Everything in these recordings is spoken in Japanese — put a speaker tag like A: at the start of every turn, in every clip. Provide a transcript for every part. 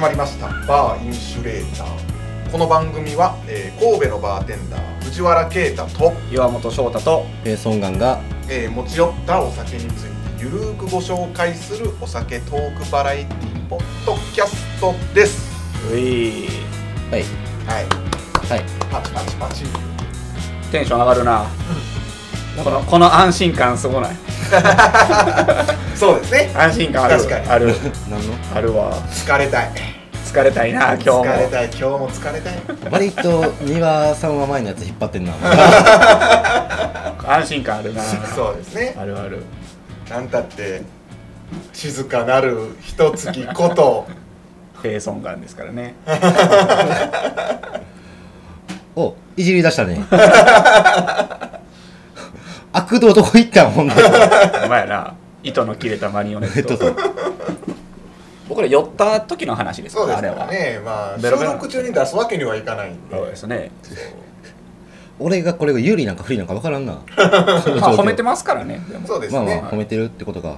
A: まりましたバーインシュレーターこの番組は、えー神戸のバーテンダー藤原啓太と、
B: 岩本翔太と
C: ペーソンガンが
A: えー持ち寄ったお酒についてゆるーくご紹介するお酒トークバラエティポッドキャストです
B: うい
C: はい
A: はい
C: はい
A: パチパチパチ
B: テンション上がるなこのこの安心感すごない
A: そうですね
B: 安心感ある
A: 確かに
B: ある
C: 何の
B: あるわ
A: 疲れたい
B: 疲れたいな今日も
A: 疲れたい今日も疲れたい
C: 割と丹羽さんは前のやつ引っ張ってんな
B: 安心感あるな
A: そうですね
B: あるある
A: なんたって静かなる一月 こと
B: ペーソンガンですからね
C: おいじり出したね 悪道どこ行ったんほんで
B: お前やな糸の切れたマニオネ
C: え
B: ッ
C: っと
B: ト
C: そう
B: 僕ら寄った時の話ですか
A: そうです
B: あれ
A: から
B: は
A: ねまあ
B: ベ
A: 収
B: ロベロ
A: 録中に出すわけにはいかないんで
B: そうですね
C: 俺がこれが有利なんか不利なんか分からんな
B: まあ褒めて
C: ま
B: ますからねでも
A: そうです
C: まあ
A: ね
C: まあ褒めてるってことか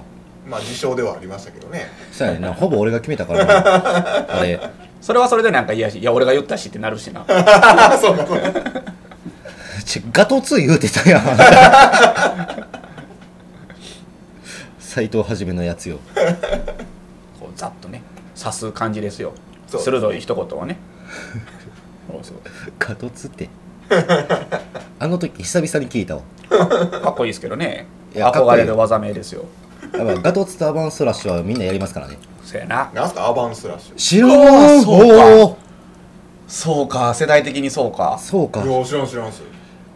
A: まあ自称ではありましたけど ね
C: そうやねんなほぼ俺が決めたからなあれ
B: それはそれでなんか嫌やしいや俺が言ったしってなるしな
A: そうかそうか
C: ちガトツー言うてたやん斎藤はじめのやつよ
B: こうざっとね刺す感じですよ
A: そう
B: 鋭い一言をねそうそう
C: ガトツーってあの時久々に聞いたわ
B: かっこいいですけどね
C: いやかっこい
B: 憧
C: い
B: れる技名ですよ
C: やっぱガトツとアバンストラッシュはみんなやりますからね
B: そやな
A: なんすかアバンスラッシュ
C: 知ら
B: んそう
C: か
B: そうか世代的にそうか
C: そうか
A: いや知らん知らんす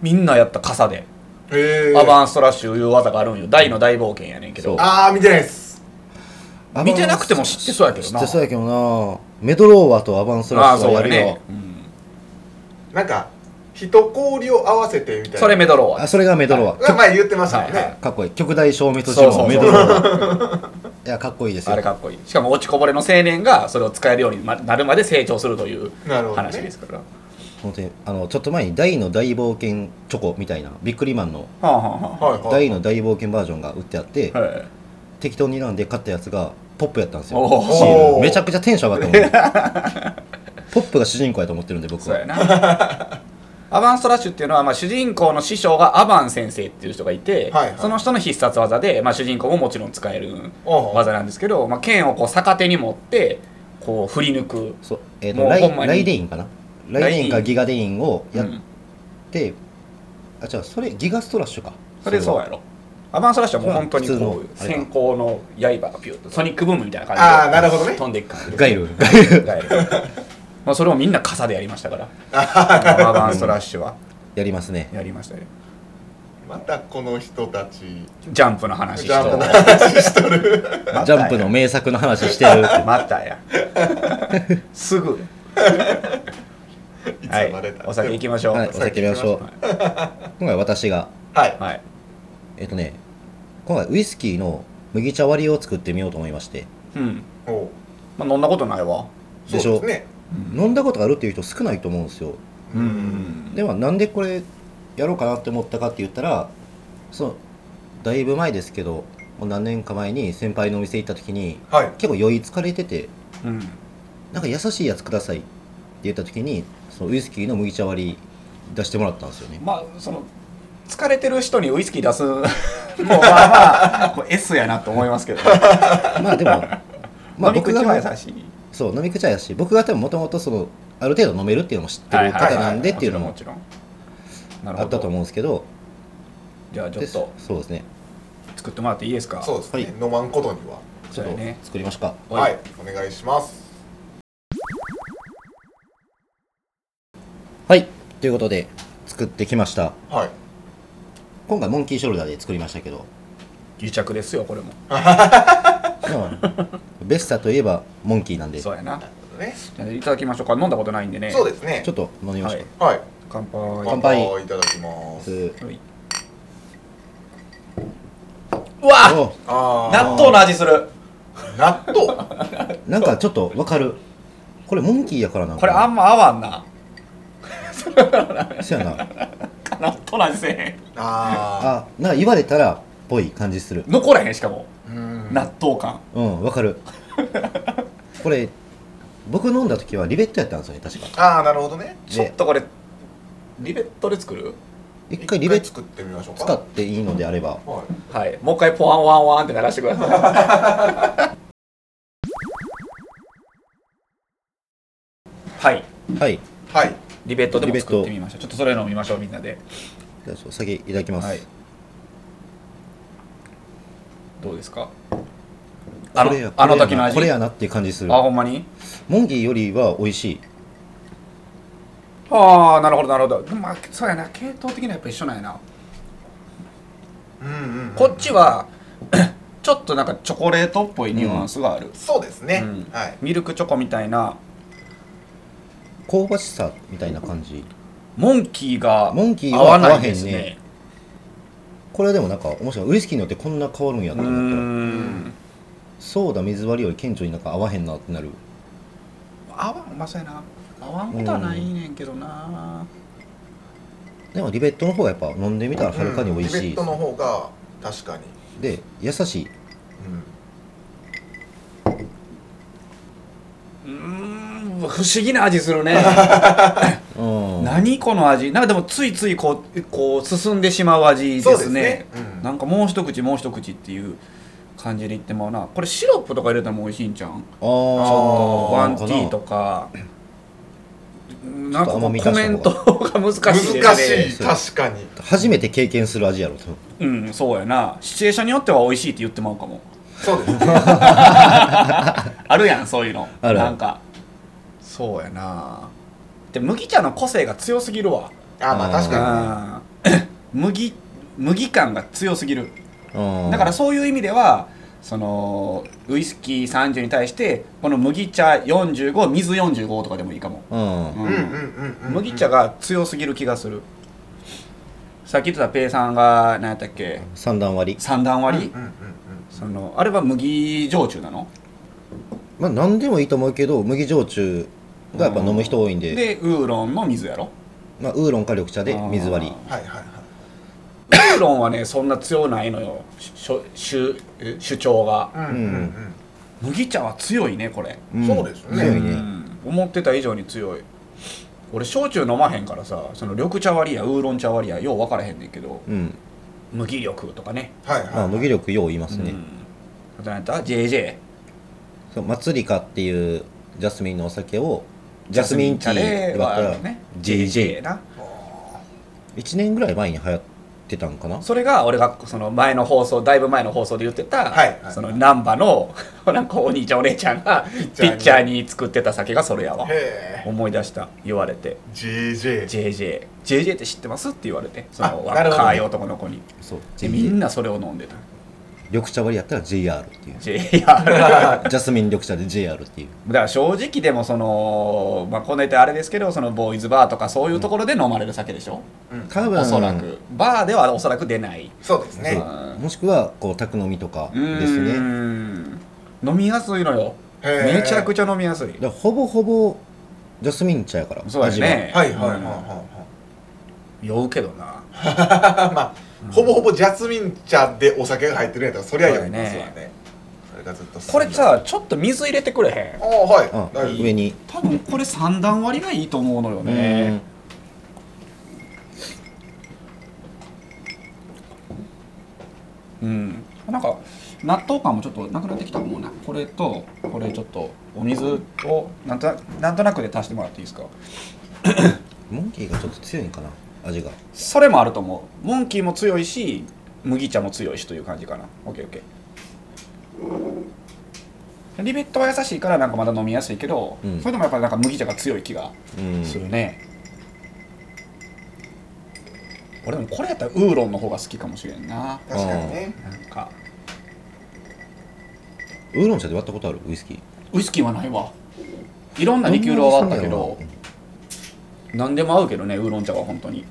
B: みんなやった傘で
A: へえ
B: アバンストラッシュいう技があるんよ大の大冒険やねんけど
C: そ
A: ああ見てないっす
C: アバン
B: 見てなくても知ってそうやけどな
C: 知ってそうやけどなメドローワとアバンスト
B: ああ
C: ラッシュ
B: そう
C: はや
B: や
C: るよあ
B: ね、うん
A: なんか人氷を合わせてみたいな
B: それメドローは
C: それがメドローワ、
A: が前言ってましたもん
B: はいは
A: ね
C: かっこいい極大消滅
B: そうそう
C: 時
B: そ
C: も
B: う
C: メドローワいやかっこいいです
B: あ
C: よ
B: れかっこいいしかも落ちこぼれの青年がそれを使えるようにまなるまで成長するという
A: なるほどね
B: 話ですから、
C: 本当にあのちょっと前に大の大冒険チョコみたいなビックリマンの
B: はあはあは
A: はいはい
C: 大の大冒険バージョンが売ってあって、
B: あはい
C: 適当に選んで買ったやつがポップやったんですよ
B: おー
C: シールめちゃ
A: ゃ
C: くちゃテンション上がっ たもんポップが主人公やと思ってるんで僕
B: そう
C: は
B: やな アバンストラッシュっていうのは、まあ、主人公の師匠がアバン先生っていう人がいて、
A: はいはい
B: その人の必殺技で、まあ、主人公ももちろん使える技なんですけど、まあ、剣をこう逆手に持ってこう振り抜く
C: そうえー
B: も
C: と
B: う
C: ラ
B: ほんま
C: イ
B: に
C: ライデインかなライデ
B: ライデ
C: イン
B: イ
C: か
B: ン
C: ギガデインをやっ
B: うん
C: て、あ違うそれギガストラッシュか
B: それそうやろアバンストラッシュはもう本当に
C: それは
B: こ
C: 普
B: う
C: 通のあれか
B: 先行の刃がピュッとソニックブームみたいな感じ
A: あーなるほどね
B: 飛んでいく感じ
C: ガイル
B: ガイルガ イルまあそれをみんな傘でやりまし たからアバンストラッシュは
C: やりますね
B: やりましたよ
A: またこの人たち
B: ジャンプの話し
A: ジャンプの
B: と
A: 話しとる
B: またや
C: ジャンプの名作の話して る
B: またやす ぐ
A: いつ
B: はい
A: までだ、
B: お酒行きましょう。
C: はい
B: お
C: お
B: 酒
C: 酒見ましょう今回私が
A: はい
B: はい。
C: えっ、とね今回ウイスキーの麦茶割りを作ってみようと思いまして
B: うん。
A: おう
B: まあ飲んだことないわ。
C: でし
A: そ
C: ょ
A: うですね
C: 飲んだことがあるっていう人少ないと思うんですよ
A: う
B: うんん。
C: ではなんでこれやろうかなって思ったかって言ったらそのだいぶ前ですけどもう何年か前に先輩のお店行った時に
A: はい
C: 結構酔い疲れてて
B: うん。
C: なんか優しいやつくださいって言った時にそのウイスキーの麦茶割り出してもらったんです よね
B: まあその疲れてる人にウイスキー 出すもうまあまあこれ S やなと思いますけど。
C: まあでも まあ
B: 飲み
C: 僕
B: 口
C: が
B: は優しい。
C: そう飲み口はやし僕が多分もともとそのある程度飲めるっていうのも知ってる方なんでっていうの
B: も
C: も
B: ちろん。もちろんなる
C: あ
B: ほ
C: ったと
B: ど。
C: 思うんですけど
B: じゃあちょ
C: で
B: っと
C: そうですね
B: 作ってもらっていいですか。
A: そう
B: う。
A: ですね飲まんことには
C: ちょっ
B: そう
C: と
B: やね
C: 作りましょうか
A: は
B: はい
A: い、お願いします。
C: はいということで作ってきました
A: はい。
C: 今回モンキーショルダーで作りましたけど
B: 癒着ですよこれも。
C: まあ ベスタといえばモンキーなんでち
B: そ
C: ょ
B: うやな。
A: ね。
B: じゃあいただきましょうか。飲んだことないんでね。
A: そう
B: で
A: ですね。
C: っと飲みましょう、
B: は
A: はい。
B: す。乾杯。
C: 乾杯
A: いただきます。
B: はいうわ
C: お
A: あ
B: 納豆の味する。
A: 納 豆。
C: なんかちょっとわかるこれモンキーやからな
B: これあんま合わんな。
C: まそうやな
B: 納豆なんせえ
A: あ
C: あなんか言われたらっぽい感じする
B: へん残らへんしかも
A: あ。うん。
B: 納豆感
C: うんわかるこれ僕飲んだ時はリベットやったんですよね確か
A: ああなるほどね
B: ちょっとこれリベットで作る
C: 一回リベット
A: 作ってみましょうか
C: 使っていいのであれば
A: はい
B: はいもう一回ポワンワンワンって鳴らしてください はい
C: はい
A: はい
B: リベットで
C: リ
B: も
C: ベット
B: 作ってみましょうちょっとそれ飲みましょうみんなで
C: じゃあお酒いただきます、
B: はいどうですかあ
C: これや
B: のあの時の
C: こ
B: 味
C: れ
B: あ
C: やなっていう感じする
B: ほんまに
C: モンギーよりは美味しい
B: ああなるほどなるほどでもまあそうやな系統的にはやっぱ一緒なんやな
A: うんうんうん、
B: こっちは ちょっとなんかチョコレートっぽいニュアンスがある、
A: そうですね、
B: うん
A: はい
B: ミルクチョコみたいな
C: 香ばしさみたいな感じ
B: モンキーが
C: モンキー
B: 合
C: は合わ
B: わ
C: へんね
B: ないですね
C: これはでもなんか面白いウイスキーによってこんな変わるんや
B: う
C: と
B: ー
C: 思ったら
B: ん
C: ソーダ水割りより顕著になんか合わへんなってなる
B: 合わんまさやな合わんことはないねんけどな
C: でもリベットの方がやっぱ飲んでみたらはるかに美味
A: うんリ
C: し
A: ベッ
C: い、
A: トの方が確かに、
C: で優しい
A: うん
B: うーん不思議な味するね
C: うん
B: 何この味なんかでもついついこうこう進んでしまう味です
A: そ
B: ね
A: うですねうん
B: なんかもう一口もう一口っていう感じでいってまうなこれシロップとか入れたらもう美味しいんじゃん
C: あー
B: ワンティーとかなんか
C: ちょっと
B: コ
C: 甘み出した方が
B: メントが難しい
A: 難
B: です
A: し
B: ね
A: い,、確かに
C: 初めて経験する味やろと
B: うんそうやなシチュエーションによっては美味しいって言ってまうかも
A: そうです ね
B: あるやんそういうの
C: ある
B: なんかそうやなで麦茶の個性が強すぎるわ
A: あまあ確か
B: うん 麦麦感が強すぎる
C: うん
B: だからそういう意味ではそのウイスキー30に対してこの麦茶45水45とかでもいいかも、
C: うん
A: にう
B: う
A: んんうんうん、うん、
B: 麦茶が強すぎる気がするさっき言ってたペイさんが何やったっけ
C: 三段割り
B: 三段割り、
A: うんうんうん
B: そのあれは麦焼酎なの
C: まあ何でもいいと思うけど麦焼酎がやっぱ飲む人多いんで
B: でウーロンの水やろ
C: まあ、ウーロンか緑茶で水割り
B: あ
A: はいはいはい
B: ーウーロンはねそんな強ないのよししょ主え主張が
A: うんうん
B: 麦茶は強いねこれ
A: うんそうですね
C: 強いうね
B: ん思ってた以上に強い俺焼酎飲まへんからさその緑茶割りやウーロン茶割りやよう分からへんねんけど
C: うん、
B: 麦緑とかね
A: はいはい、
C: まあ、麦力よう言いますね、
B: うんあと何やった JJ
C: そうマツリカっていうジャスミンのお酒をジャスミンティーで
B: はあ
C: 割
B: るよ
C: ったら
B: ね
C: JJ1
B: な
C: 年ぐらい前に流行ってたんかな
B: それが俺がその前の放送だいぶ前の放送で言ってた、
A: はいはい
B: その難波の なんかお兄ちゃんお姉ちゃんが
A: チャー
B: ピ
A: に
B: ッチャーに作ってた酒がそれやわ
A: へえ
B: 思い出した言われて
A: JJ
B: JJJJ って知ってますって言われてその
A: あなるほど
B: 若い男の子に
C: そう
B: でみん
C: JJ
B: なそれを飲んでた
C: 緑茶割りやったら JR っていう
B: JR だ
C: ジャスミン緑茶で JR っていう
B: から正直でもそのまあこの言ってあれですけどそのボーイズバーとかそういうところで飲まれる酒でしょ、
A: うん
C: 多分
B: おそらく、バーではおそらく出ない
A: そうです
C: そう
A: ね
B: うん
C: もしくはこう宅飲みとかです
B: うー
C: ね
B: ん飲みやすいのよ
A: へえ
B: めちゃくちゃ飲みやすい
C: だからほぼほぼジャスミン茶やから
B: そうやね
A: はいはいはいはい
B: うん
A: は、
B: 酔うけどない
A: まあほぼほぼジャスミン茶でお酒が入ってるんやったらそりゃよいますわ
B: そう
A: ねそれがずっと進んだ
B: これさちょっと水入れてくれへ
A: ああ
B: ん
A: はい
C: 味は
A: 大
C: うん
A: 丈
C: 上に
B: 多分これ三段割りがいいと思うのよ
C: うん
B: ねうんなんか納豆感もちょっとなくなってきたもんなこれとこれちょっとお水をなんとななんとなくで足してもらっていいですか
C: モンキーがちょっと強いんかな味が
B: それもあると思うモンキーも強いし麦茶も強いしという感じかなオッケーオッケーリベットは優しいからなんかまだ飲みやすいけど、
C: うん
B: それでもやっぱりなんか麦茶が強い気が
C: うん
B: するね、俺でもこれやったらウーロンの方が好きかもしれんな
A: 夫確かにね
B: なんか
C: ウーロン茶で割ったことあるウイスキー
B: ウイスキーはないわいろんなリキュールはあったけど何でも合うけどねウーロン茶は本当に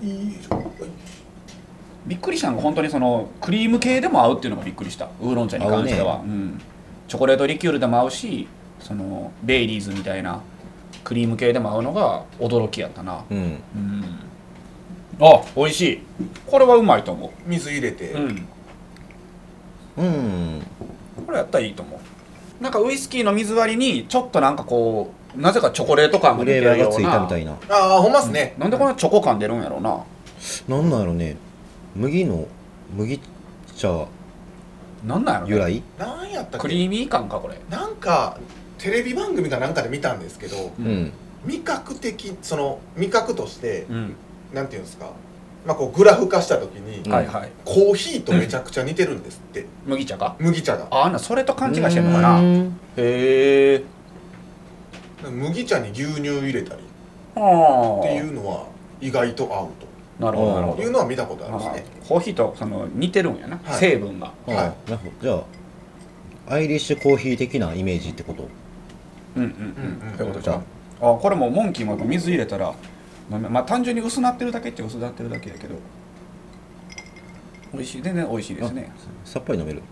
B: びっくりしたのが本当にそのクリーム系でも合うっていうのがびっくりしたウーロン茶に関しては、
C: 合
B: うん、チョコレートリキュールでも合うしそのベイリーズみたいなクリーム系でも合うのが驚きやったな
C: うん
B: うんあ美味しいこれはうまいと思
A: 水入れて、
B: ううん
C: うん
B: これやったらいいと思うなんかウイスキーの水割りにちょっとなんかこうなぜかチョコレート感が
C: フ
B: 出て
C: レ
B: る
C: ーバー
B: よ
C: がつ
B: う
C: いたみ
B: な
C: たいな
A: ああほんまっすね、
B: なんでこんなチョコ感出るんやろうな
C: なんなんやろね麦の麦茶
B: なんなんや
C: 由
B: ろ、ね、
C: 来
A: なんやったっ
B: ク
A: け
B: リーミー感かこれ
A: なんかテレビ番組かなんかで見たんですけど
B: う
C: うんん
A: 味覚的その味覚として
B: うん
A: なんていうんですか、まあ、こうグラフ化した時に、
C: うん
B: はいはい
A: コーヒーとめちゃくちゃ似てるんですって、
B: 麦茶か
A: 麦茶が
B: ああんなそれと勘違いしてんのかな
C: う
B: へ
C: ん
B: え
A: 麦茶に牛乳入れたり
B: ああ
A: っていうのは意外と合う
B: なるほどなるほ
A: と
B: ど
A: いうのは見たことあります
B: あ
A: ね
B: ーコーヒーとその似てるんやな、
A: はい
B: 成分が
C: あ
A: は
C: なるほどじゃあアイリッシュコーヒー的なイメージってこと
B: うん
A: う
B: うん
A: んう
B: う
A: んん
B: そういうことじゃんあこれもモンキーもやっぱ水入れたら飲めまあ単純に薄なってるだけっちゃ薄なってるだけやけど美味しい全然美味しいですね
C: さっぱり飲める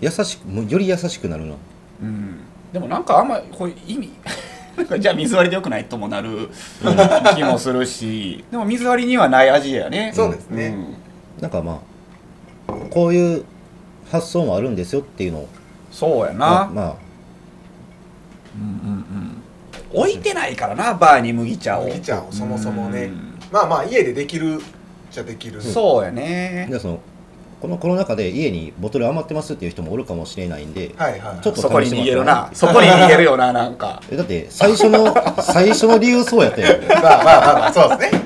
C: 優しくもうより優しくなるな
B: うんでもなんかあんまこう意味 なんかじゃあ水割りでよくないともなる気もするしでも水割りにはない味やね
A: そうですね、
B: ん
C: なんかまあこういう発想もあるんですよっていうのを
B: そうや
C: ま
B: な、
C: まあ
B: うんうんうん置いてないからなバーに麦茶を
A: 麦茶をそもそもね、
B: うん
A: まあまあ家でできるじゃできる
B: そうやね
C: じゃあそのこのコロナ禍で家にボトル余ってますっていう人もおるかもしれないんで、
A: はいはい
C: ちょっと
B: そこに逃げるなそこに逃げるよななんか
C: えだって最 初の最初の理由そうやったよ
A: まあまあまあまあそうですね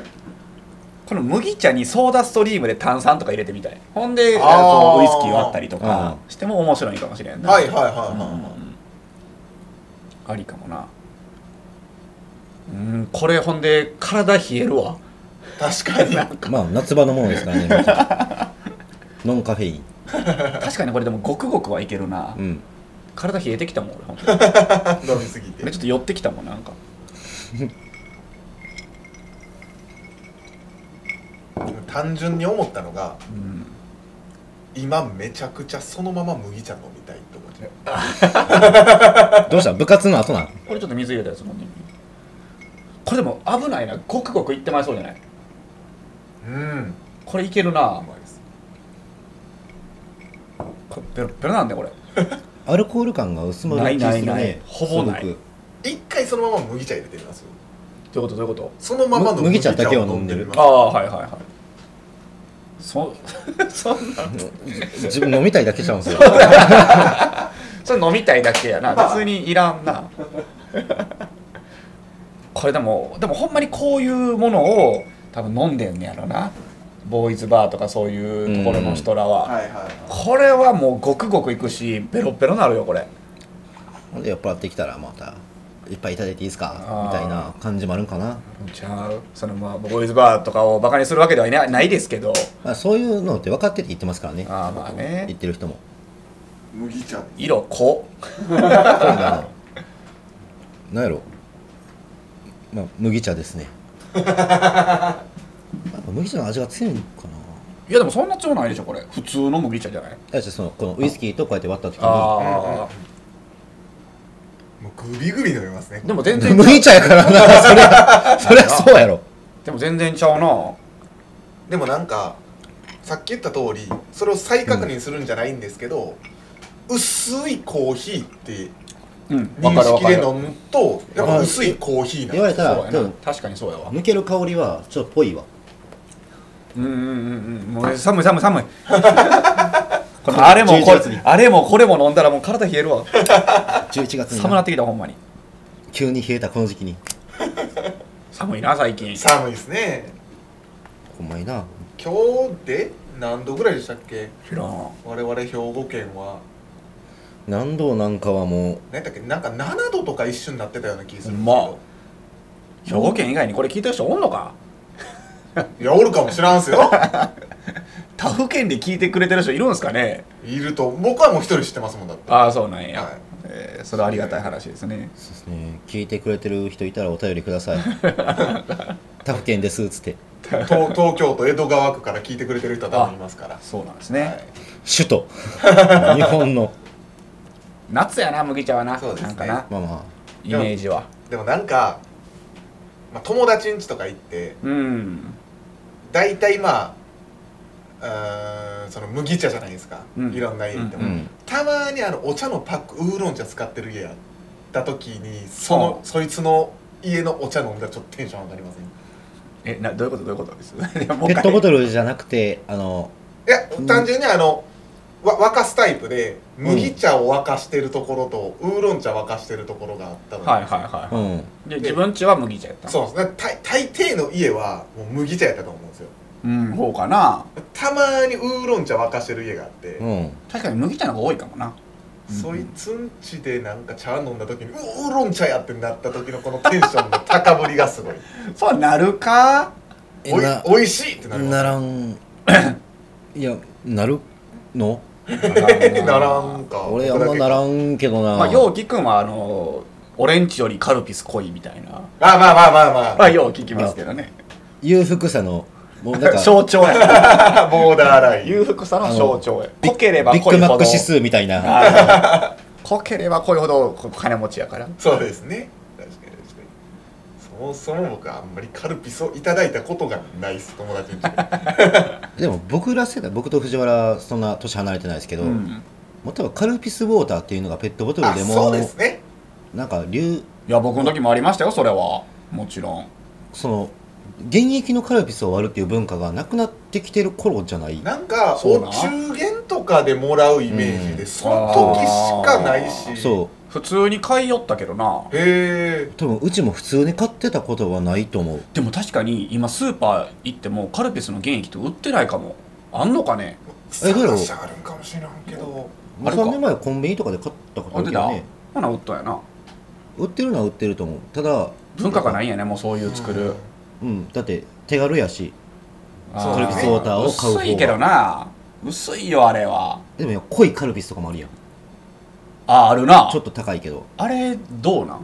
B: この麦茶にソーダストリームで炭酸とか入れてみたいほんで
A: あー
B: こうウイスキー割ったりとかしても面白いかもしれんな
A: はいはいはいはい
B: うんうんう
A: は
B: んありかもなうんこれほんで体冷えるわ
A: い確かに
B: なんか
C: まあ夏場のものですからね皆さんノンカフェイン
B: 確かにこれでもごくごくはいけるな
C: うん
B: 体冷えてきたもん俺ほ んとに
A: 飲みすぎて
B: 俺ちょっと寄ってきたもんなんか
A: 単純に思ったのが
B: うん
A: 今めちゃくちゃそのまま麦茶飲みたいと思って
C: どうした部活の後なん
B: これちょっと水入れたやつ飲んでみこれでも危ないなごくごくいってまいそうじゃない
A: うん
B: これいけるな
A: うまいです
B: これベロッベロなんだよこれ
C: アルコール感が薄まる気
B: な
C: が
B: い
C: する
B: ないない
C: ね
B: ほぼない
C: すごく
A: 一回そのまま麦茶入れてみます
B: どういうことどういうこと
A: そのままの
C: む麦茶だけを飲んでる
A: 麦
B: あ
A: 茶を飲
B: あはいはいはいそ そんな
C: 自分飲みたいだけちゃうんですよ
B: それ飲みたいだけやな別にいらんな これでもでもほんまにこういうものを多分飲んでんねやろなボーイズバーとかそういうところの人らは、
A: んでるはいはいはい
B: これはもうごくごくいくしベロッベロなるよこれ
C: ほんで酔っ払ってきたらまたいっぱいいただいていいです
B: あー
C: かみたいな感じもあるんかな、
B: ちゃうそのまあボーイズバーとかをバカにするわけではいなないですけど
C: まあ、そういうのって分かってて言ってますからね
B: ああまあ
C: 言
B: ね
C: ってる人も
A: 麦茶
B: 色濃
C: なんやろ、まあ、麦茶で すねやっぱ麦茶の味が強いのかない
B: やでもそんな強ないでしょこれ普通の麦茶じゃない
C: いやじゃあそのこのウイスキーとこうやって割った時に
B: あ
A: もうグビグビ飲みますね
B: あでも全然
C: 麦茶やから なそりゃそりゃそうやろ
B: でも全然ちゃうな
A: でもなんかさっき言った通りそれを再確認するんじゃないんですけど、薄いコーヒーって
B: うん分
A: 認
B: かる分
A: 識
B: か
A: で
B: る
A: 飲むとやっぱ薄いコーヒーなん
C: 言われ
A: です
C: た
B: そう
C: らで
B: やな
C: も
B: 確かにそうやわ
C: 抜ける香りはちょっとぽいわ
B: うんうんうんうんもう寒い寒い寒いこのあれもこれ
C: 11月に
B: あれもこれも飲んだらもう体冷えるわ
C: 11月に
B: 寒なってきたほんまに
C: 急に冷えたこの時期に
B: 寒いな最近
A: 寒いですね
C: ほんまにな
A: 今日で何度ぐらいでしたっけ
B: 知らん
A: 我々兵庫県は
C: 何度なんかはも
A: 何やったっけなんか7度とか一緒になってたような気がするんですけ
B: ほんま
A: ど
B: 兵庫県以外にこれ聞いてる人おんのか
A: いやおるかもしらんすよ
B: 他府県で聞いてくれてる人いるんですかね
A: いると僕はもう一人知ってますもんだって
B: ああそうなんや、
A: はい
B: えーそれはありがたい話ですね
C: うそうですね聞いてくれてる人いたらお便りください他府県ですっつって
A: 東東京都江戸川区から聞いてくれてる人は多分いますから、
B: そうなんですね、
A: はい
C: 首都 日本の
B: 夏やな麦茶はな
A: そうですね
B: なんかな
C: まあま
B: イメージは
A: でもなんか、まあ、友達ん家とか行って
B: うん
A: 大体まあうーんその麦茶じゃないですか、
B: うん
A: いろんな家行って
C: あ
A: も、
C: うん
A: たまにあのお茶のパックウーロン茶使ってる家あっった時にそのそいつの家のお茶飲んだらちょっとテンション上がりませんい
B: えなどういうことどういうことです ペ
C: ペットボ
B: ル
C: トルじゃなくてあの
A: や
C: うん
A: 単純にあの、わ沸かすタイプで麦茶を沸かしてるところと、ウーロン茶沸かしてるところがあったので、
B: はいはいは
C: うん
B: いで自分家は麦茶やった
A: そうですね大大抵の家はもう麦茶やったと思うんですよ
B: うんほうかな
A: たまにウーロン茶沸かしてる家があって、
C: うん
B: 確かに麦茶の方が多いかもな
A: そいつんちでなんか茶飲んだ時にうウーロン茶やってなった時のこのテンションの高ぶりがすごい
B: そうなるか
C: え
A: おい
C: な
A: おいしいってなります
C: ならんいやなるの
A: え ならんか
C: 俺あんま
A: ら
C: ならんけどな、
B: まあ陽気くんはあの俺んちよりカルピス濃いみたいな
A: あまあまあまあまあ、
B: まあよう聞きますけどね
C: 裕福さのも うなんか
B: 象徴や
A: ボーダーライン
B: 裕福さの象徴や濃ければ
C: ビッ
B: 濃
C: グ
B: い
C: マッ
B: ほ
C: ク
B: ど
C: 指数みた いな
B: あの濃ければ濃いほど金持ちやから
A: そうですね確かに確かにそもそも僕はあんまりカルピスをいただいたことがないです友達に
C: でも僕ら世代僕と藤原そんな年離れてないですけど、
B: うん
C: もっとカルピスウォーターっていうのがペットボトル
A: あ
C: で
A: そ
C: も
A: うですね
C: なんか流
B: いや僕の時もありましたよそれはもちろん
C: その現役のカルピスを割るっていう文化がなくなってきてる頃じゃない
A: なんか
B: そう
A: お
B: な
A: 中元とかでもらうイメージで、
C: うん
A: その時しかないし
C: そう
B: 普通に買いよったけどな
A: へえ
C: 多分うちも普通に買ってたことはないと思う
B: でも確かに今スーパー行ってもカルピスの原液って売ってないかもあんのかね
C: えどうやろう
A: 探しあるんかもしれんけど
B: あれか
C: 3年前はコンビニとかで買ったことあ
B: 売っ
C: る
B: て
C: け
B: た
C: どね
B: ほな売ったんやな
C: 売ってるのは売ってると思うただ
B: 文化がないんやねもうそういう作る
C: うんだって手軽やし
A: そう
B: あ
A: カルピスウォ
C: ーターを買う方が
B: 薄いけどな薄いよあれは
C: でも濃いカルピスとかもあるやん
B: ああるな
C: ちょっと高いけど
B: あれどうなん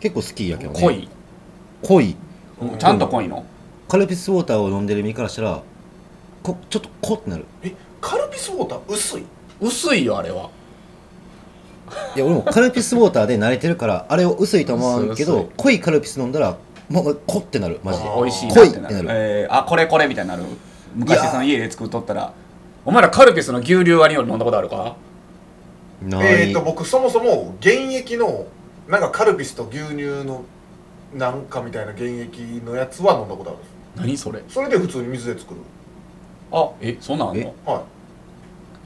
C: 結構好きやけどね
B: 濃い、
C: 濃い
A: うん
B: ちゃんと濃いの
C: カルピスウォーターを飲んでる身からしたらこちょっと濃ってなる
A: えカルピスウォーター薄い
B: 薄いよあれはい
C: や俺もカルピスウォーターで慣れてるからあれを薄いと思うけ
B: 薄い
C: ど
B: 薄
C: 濃いカルピス飲んだらもう濃ってなるマジで
A: あー
B: 美味しいなってな
C: 濃いって
B: る
C: な
B: えーあこれこれみたいになる昔その家で作っとったらお前らカルピスの牛乳割りより飲んだことあるか
C: な
A: え
C: い
A: ー、と僕そもそも現役のなんかカルピスと牛乳のなんかみたいな現役のやつは飲んだことあるんで
B: 何それ
A: すそれで普通に水で作る
B: あえそんなんあんの
C: え
A: は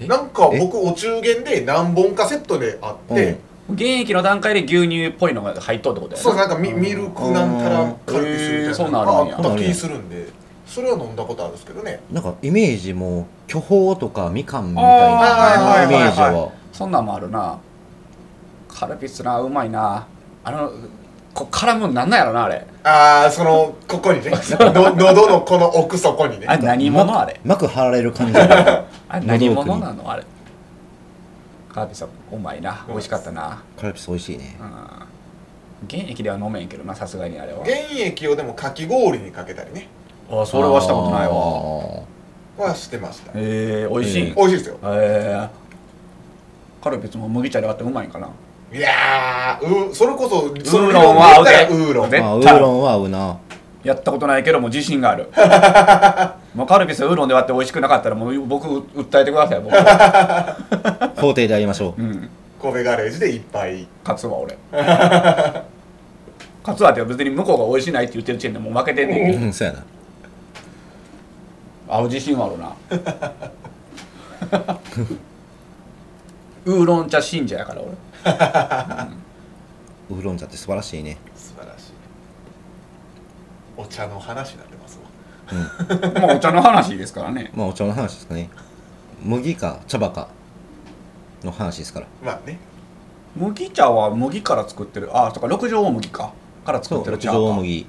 B: え
A: いなんか
C: え
A: 僕お中元で何本かセットであって、
B: 現役の段階で牛乳っぽいのが入っとるってことや
A: そう
B: な
A: なんかミミルクなんたらカルピスみたい
B: へー
A: な
B: そん
A: の
B: なんあるんや
A: があった気するんでそれは飲んだことあるんですけどね
C: なんかイメージも巨峰とかみかんみた
A: あーはい
C: いなイ
A: はいはいはい
C: メージは
B: そんなんもあるなカルピスなうまいなあのこ絡むんなんなんやろなあれ
A: ああそのここにねの喉のこの奥底にね
B: あれ何者あれ
C: 膜張られる感 じが
B: あれ何
C: 喉
B: 者
C: 奥に
B: なのあれカルピスはうまいな美味しかったな
C: カルピス美味しいね
B: うん現役では飲めんけどなさすがにあれは
A: 原液をでもかき氷にかけたりね
B: あそれはしたことないわ
A: はしてました
B: えー、美味しい
C: え
B: へ
A: 美味しいですよ
B: えカルピスも麦茶で割ってうまいんかない
A: やーうそれこそウ
B: ウーロンは合うで
A: ウーロン
B: 絶対
C: まあウーロンは合うな
B: やったことないけども自信があ るもうカルピスウーロンで割って美味しくなかったらもう僕訴えてください 僕、
C: 法廷でやりましょ
B: うん、
A: 神戸ガレージでいっぱい
B: 勝つわ俺勝つわって別に向こうが美味しいないって言ってる時点でもう負けてんねん
C: う
B: け
C: う
B: ど
C: んそうやな
B: 合う自信はあるな ウーロン茶信者やから俺
C: ウーロン茶って素晴らしいね
A: 素晴らしいお茶の話になってますわ
B: まあお茶の話ですからね
C: まあお茶の話ですかね麦か茶葉かの話ですから
A: まあね
B: 麦茶は麦から作ってるあそっか六条大麦かから
C: そ
B: 作っ
C: う
B: てる
C: 六
B: 茶
C: 条大
B: 葉
C: 麦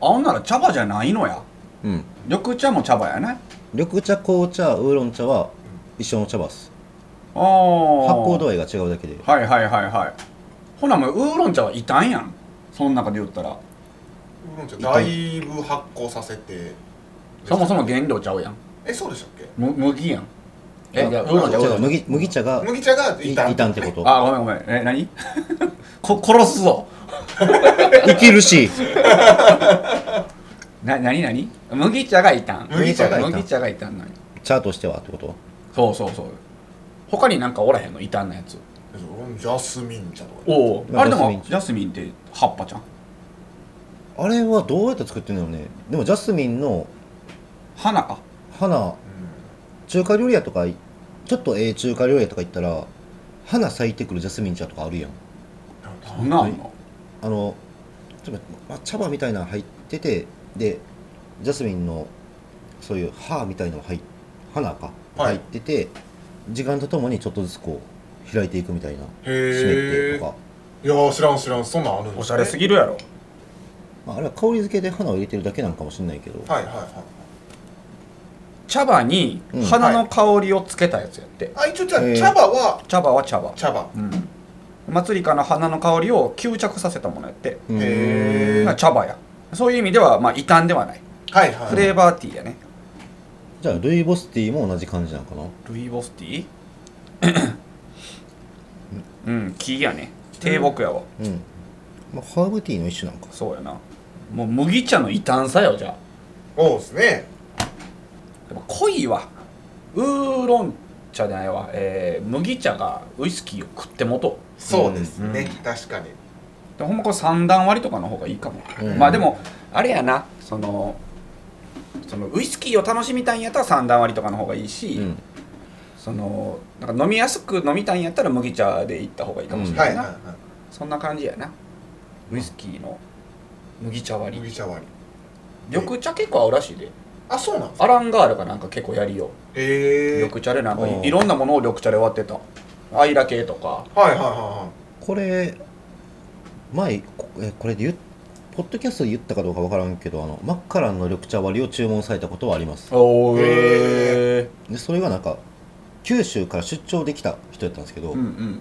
B: あほんなら茶葉じゃないのや
C: うん
B: 緑茶も茶葉やね
C: 緑茶紅茶ウーロン茶は一緒の茶葉っす
B: ああ
C: 発酵度合いが違うだけで
B: はいはいはいはいほなもうウーロン茶はいたんやんその中で言ったら
A: ウーロン茶だいぶ発酵させて
B: そもそも原料ちゃうやん
A: えそうでしたっけ
B: む麦やんえ
C: あ
B: いやウーロン茶ウー
C: 違
B: ロン
C: う
B: 茶
C: 麦麦茶が
A: 麦茶が
C: い
A: い
C: い
A: た
C: たんってこと
B: あごめんごめんえ何 こ殺すぞ
C: 生きるし
B: な何何麦茶がいたん
A: 麦茶が
C: 異端
B: 麦茶がいたんなんや
C: 茶としてはってこと
B: そうそうそう他になんかおらへんのいたんのやつ
A: えジャスミン茶とか
B: おお
C: まあ
B: あれで
C: ジャス
B: も
C: ミン
B: ジャスミンって葉っぱちゃん
C: あれはどうやって作ってるのねでもジャスミンの
B: 花か
C: 花中華料理屋とかいちょっとええ中華料理屋とか行ったら花咲いてくるジャスミン茶とかあるやん
B: そんなんあんの
C: あのちょっと抹茶葉みたいなの入っててでジャスミンのそういう葉みたいなの入っ花か
A: は
C: 入
A: い
C: ってて、時間とともにちょっとずつこう開いていくみたいな
A: へ
C: 湿って
A: え
C: とか、
A: いやー知らん知らんそんなんあるんですね
B: おしゃれすぎるやろ
C: まあ、あれは香り付けで花を入れてるだけなのかもしれないけど、
A: はいはいはい
B: 茶葉に花の香りをつけたやつやって、
A: あ一応じゃあ
C: えー
A: 茶葉は
B: 茶葉は茶葉
A: 茶葉
B: うん祭りかの花の香りを吸着させたものやって、
C: うん
A: へー
B: まあ茶葉やそういう意味ではまあ異端ではない
A: はいはい
B: フレーバーティーやね、
C: じゃあルイボスティーも同じ感じなのかな
B: ルイボスティーうん木やね低木やわ、
C: うん、まあ、ハーブティーの一種なのか
B: そうやなもう麦茶の異端さよじゃあ
A: そうですね
B: でも濃いわウーロン茶じゃないわ、えー麦茶がウイスキーを食ってもと
A: そうですね、
B: うん
A: 確かに
B: でほんまこれ三段割りとかの方がいいかも、
C: うん
B: まあでもあれやなそのそのウイスキーを楽しみたいんやったら三段割りとかの方がいいし、
C: うん
B: そのなんか飲みやすく飲みたいんやったら麦茶で行った方がいいかもしれ
A: は
B: ない
A: い
B: な、
A: はいは
B: そんな感じやなウイスキーの麦茶
A: い
B: 割り
A: 麦茶割り
B: 緑茶結構合うらしいで
A: あそうなんですか
B: アランガールがなんか結構やりよ
A: へえ
B: 緑茶でなんか
C: うん
B: いいろんなものを緑茶で割ってたアイラ系とか
A: はいはいはいは
C: これ前こえこれで言っポッドキャストで言ったかどうかわからんけどあのマッカランの緑茶割りを注文されたことはあります
B: お
A: ーへ
C: でそれがなんか九州から出張できた人やったんですけど、
B: うんうん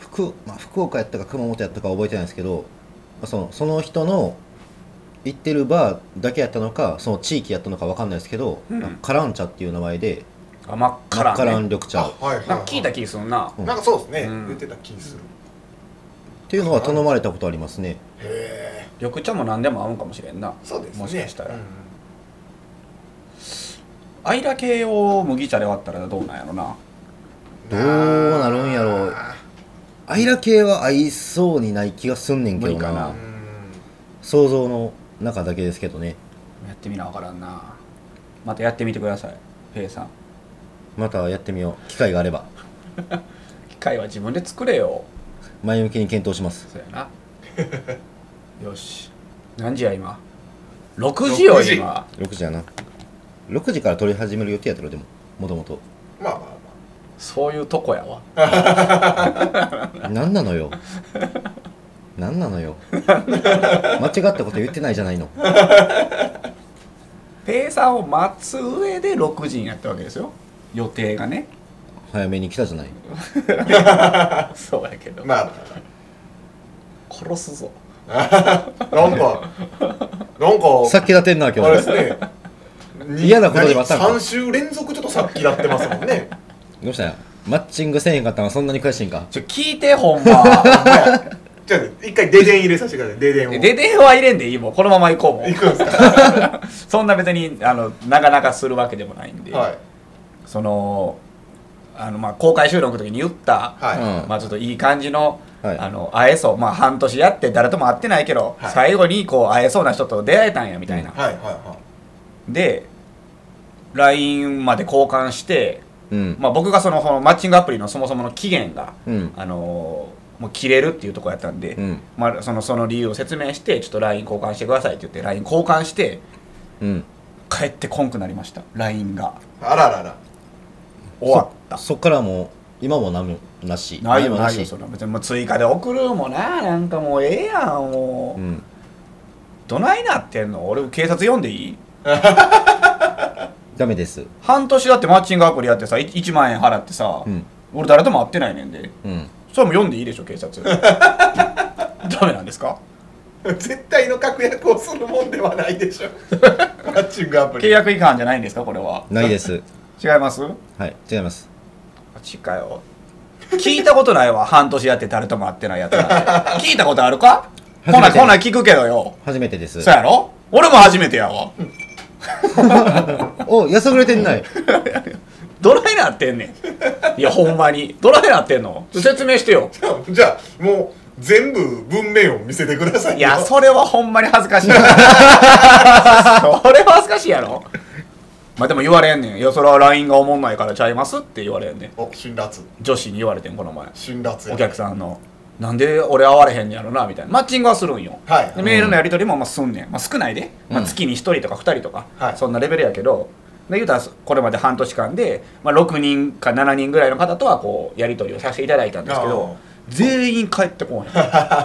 C: 福まあ、福岡やったか熊本やったか覚えてないんですけど、まあ、そのその人の行ってるバーだけやったのかその地域やったのかわかんないですけど、
B: うん
C: なんかカラン茶っていう名前で
B: あ真っ
C: マ
B: 赤ラ
C: ッカラ
B: ン、
C: ン
B: ね、
C: 緑
A: いあ
C: 茶っ
A: はいはい、
B: な
A: は
B: ん
A: い、
B: か聞いた気するな
C: うん
A: なんかそうですね、
B: うん
A: 言ってた気する
C: ていうのは頼まれたことありますね
A: へえ
B: 緑茶も何でも合うんかもしれんな
A: そうですね
B: もしかしたら
A: うん
B: アイラ系を麦茶で割ったらどうなんやろな
C: どうなるんやろうアイラ系は合いそうにない気がすんねんけど
B: 無理か
C: な
B: な
A: うん
C: 想像の中だけですけどね
B: やってみなわからんなまたやってみてくださいペイさん
C: またやってみよう機会があれば
B: 機械は自分で作れよ
C: 前向きに検討します
B: そうや なよし何時や今6時よ
A: 6時
B: 今
C: 6時やな6時から撮り始める予定やったろでももともと
A: まあまあま
B: そういうとこやわ
C: 何なのよ何なのよ間違ったこと言ってないじゃないの
B: ペイさんを待つ上で6時にやったわけですよ予定がね
C: 早めに来たじゃな い
B: そうやけど、
A: あまあま
B: 殺すぞ
A: あなん かなんか
C: さっき立てんな今
A: あれで
C: 日
A: すね
C: 嫌なことでまたか
A: 3週連続ちょっとさっきやってますもんね
C: どうしたんやマッチングせえへんかったのそんなに悔しいんか
B: ちょ聞いてほん ま
A: じゃあ一回デデン入れさせてくださいデデンを
B: で電話入れんでいいもんこのまま行こうもん
A: いくんですか
B: そんな別にあのなかなかするわけでもないんで、
A: はい
B: そのあの、まあ、公開収録の時に言った、
A: は
C: うん
B: まあ、ちょっといい感じの,、
C: はい
B: あの会えそう、まあ、半年やって誰とも会ってないけど、
A: はい
B: 最後にこう会えそうな人と出会えたんやみたい
A: い
B: な、
A: はいはいは
B: で LINE まで交換して、
C: うん
B: まあ、僕がそのそのマッチングアプリのそもそもの期限が、
C: うん
B: あのーもう切れるっていうところやったんで、
C: うん
B: まあ、そのその理由を説明してちょっと LINE 交換してくださいって言って LINE 交換して
C: うん
B: 帰ってこんくなりました LINE が
A: いあららら
B: 終わった
C: そそっからもう今も何もなし
B: ないよ
C: 何も
B: ないよそれは別にもう追加で送るもななんかもうええやんもう、
C: うん
B: どないなってんの俺警察呼んでいい
C: ダメです
B: 半年だってマッチングアプリやってさい1万円払ってさ、
C: うん
B: 俺誰とも会ってないねんで
C: うん
B: それも読んでいいでしょ警 察ダメなんですか
A: 絶対の確約をするもんではないでしょ マッチングアプ
B: 契
A: リ
B: 約違反じゃないんですかこれは
C: ないです
B: 違います
C: はい違います
B: マジかよ聞いたことないわ 半年やって誰とも会ってないやつ なんて聞いたことあるか
C: 初
B: ほ
C: め
B: な
C: て
B: ほな聞くけどよ
C: 初めてです
B: そうやろ俺も初めてやわ
C: おやさぐれてんない
B: どないなってんね んいやほんまにどないなってんの説明してよ
A: じゃあもう全部文面を見せてくださいよ
B: いや それはほんまに恥ずかしいそれは恥ずかしいやろまあでも言われんねんいやそれは LINE がおもんないからちゃいますって言われんねん
A: お辛辣
B: 女子に言われてんこの前
A: 辛辣や
B: お客さんのなんで俺会われへんのやろなみたいなマッチングはするんよ、
A: はい
B: でメールのやり取りもまあすんねん、まあ、少ないで、まあ、
C: うん
B: 月に1人とか2人とか、
A: はい
B: そんなレベルやけどで言うたらこれまで半年間で、まあ、6人か7人ぐらいの方とはこうやり取りをさせていただいたんですけ
A: あー
B: ど全員帰ってこへん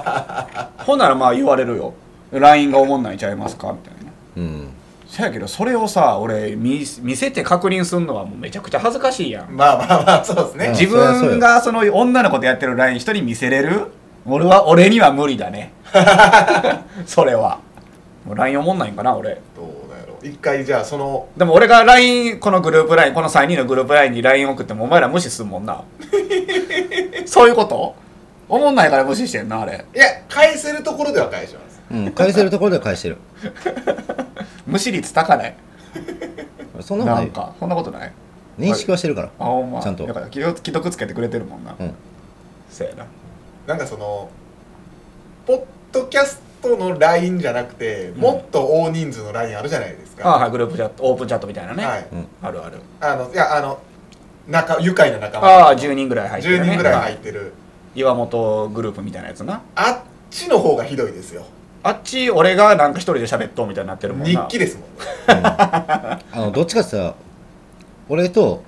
B: ほんならまあ言われるよ「LINE がおもんないんちゃいますか?」みたいな。
C: うん
B: そやけどそれをさ俺見見せて確認すんのはもうめちゃくちゃ恥ずかしいやん
A: まあまあまあそうですね、
C: うん
B: 自分がその女の子とやってる LINE 人に見せれる俺は俺には無理だねそれはもう LINE おもんないんかな俺
A: どうだろう一回じゃあその
B: でも俺が LINE このグループ LINE この3人のグループ LINE に LINE 送ってもお前ら無視すんもんなそういうことおもんないから無視してんなあれ
A: いや返せるところでは返します
C: うん返せるところでは返してる
B: 無視率高ない
C: そんなも
B: な
C: んない
B: ん
C: よ
B: かそんなことない
C: 認識はしてるから
B: あほんま
C: ちゃんと
B: だから既読既読つけてくれてるもんな、
C: うん
B: せやな
A: なんかそのポッドキャストの LINE じゃなくて、もっと大人数の LINE あるじゃないです
B: あ
A: か、
B: あはいグループチャットオープンチャットみたいなね、
A: はい
C: うん
B: あるある
A: あのいやあの仲愉快な仲間
B: ああ10人ぐらい入ってる、
A: 10
B: ね、
A: 人ぐらい入
B: は
A: ってる
B: 岩本グループみたいなやつな
A: あっちの方がひどいですよ
B: あっち俺がなんか一人で喋っとうみたいになってるもん
A: 日
B: な
A: 記ですもんね
C: あのどっちかって言ったら俺と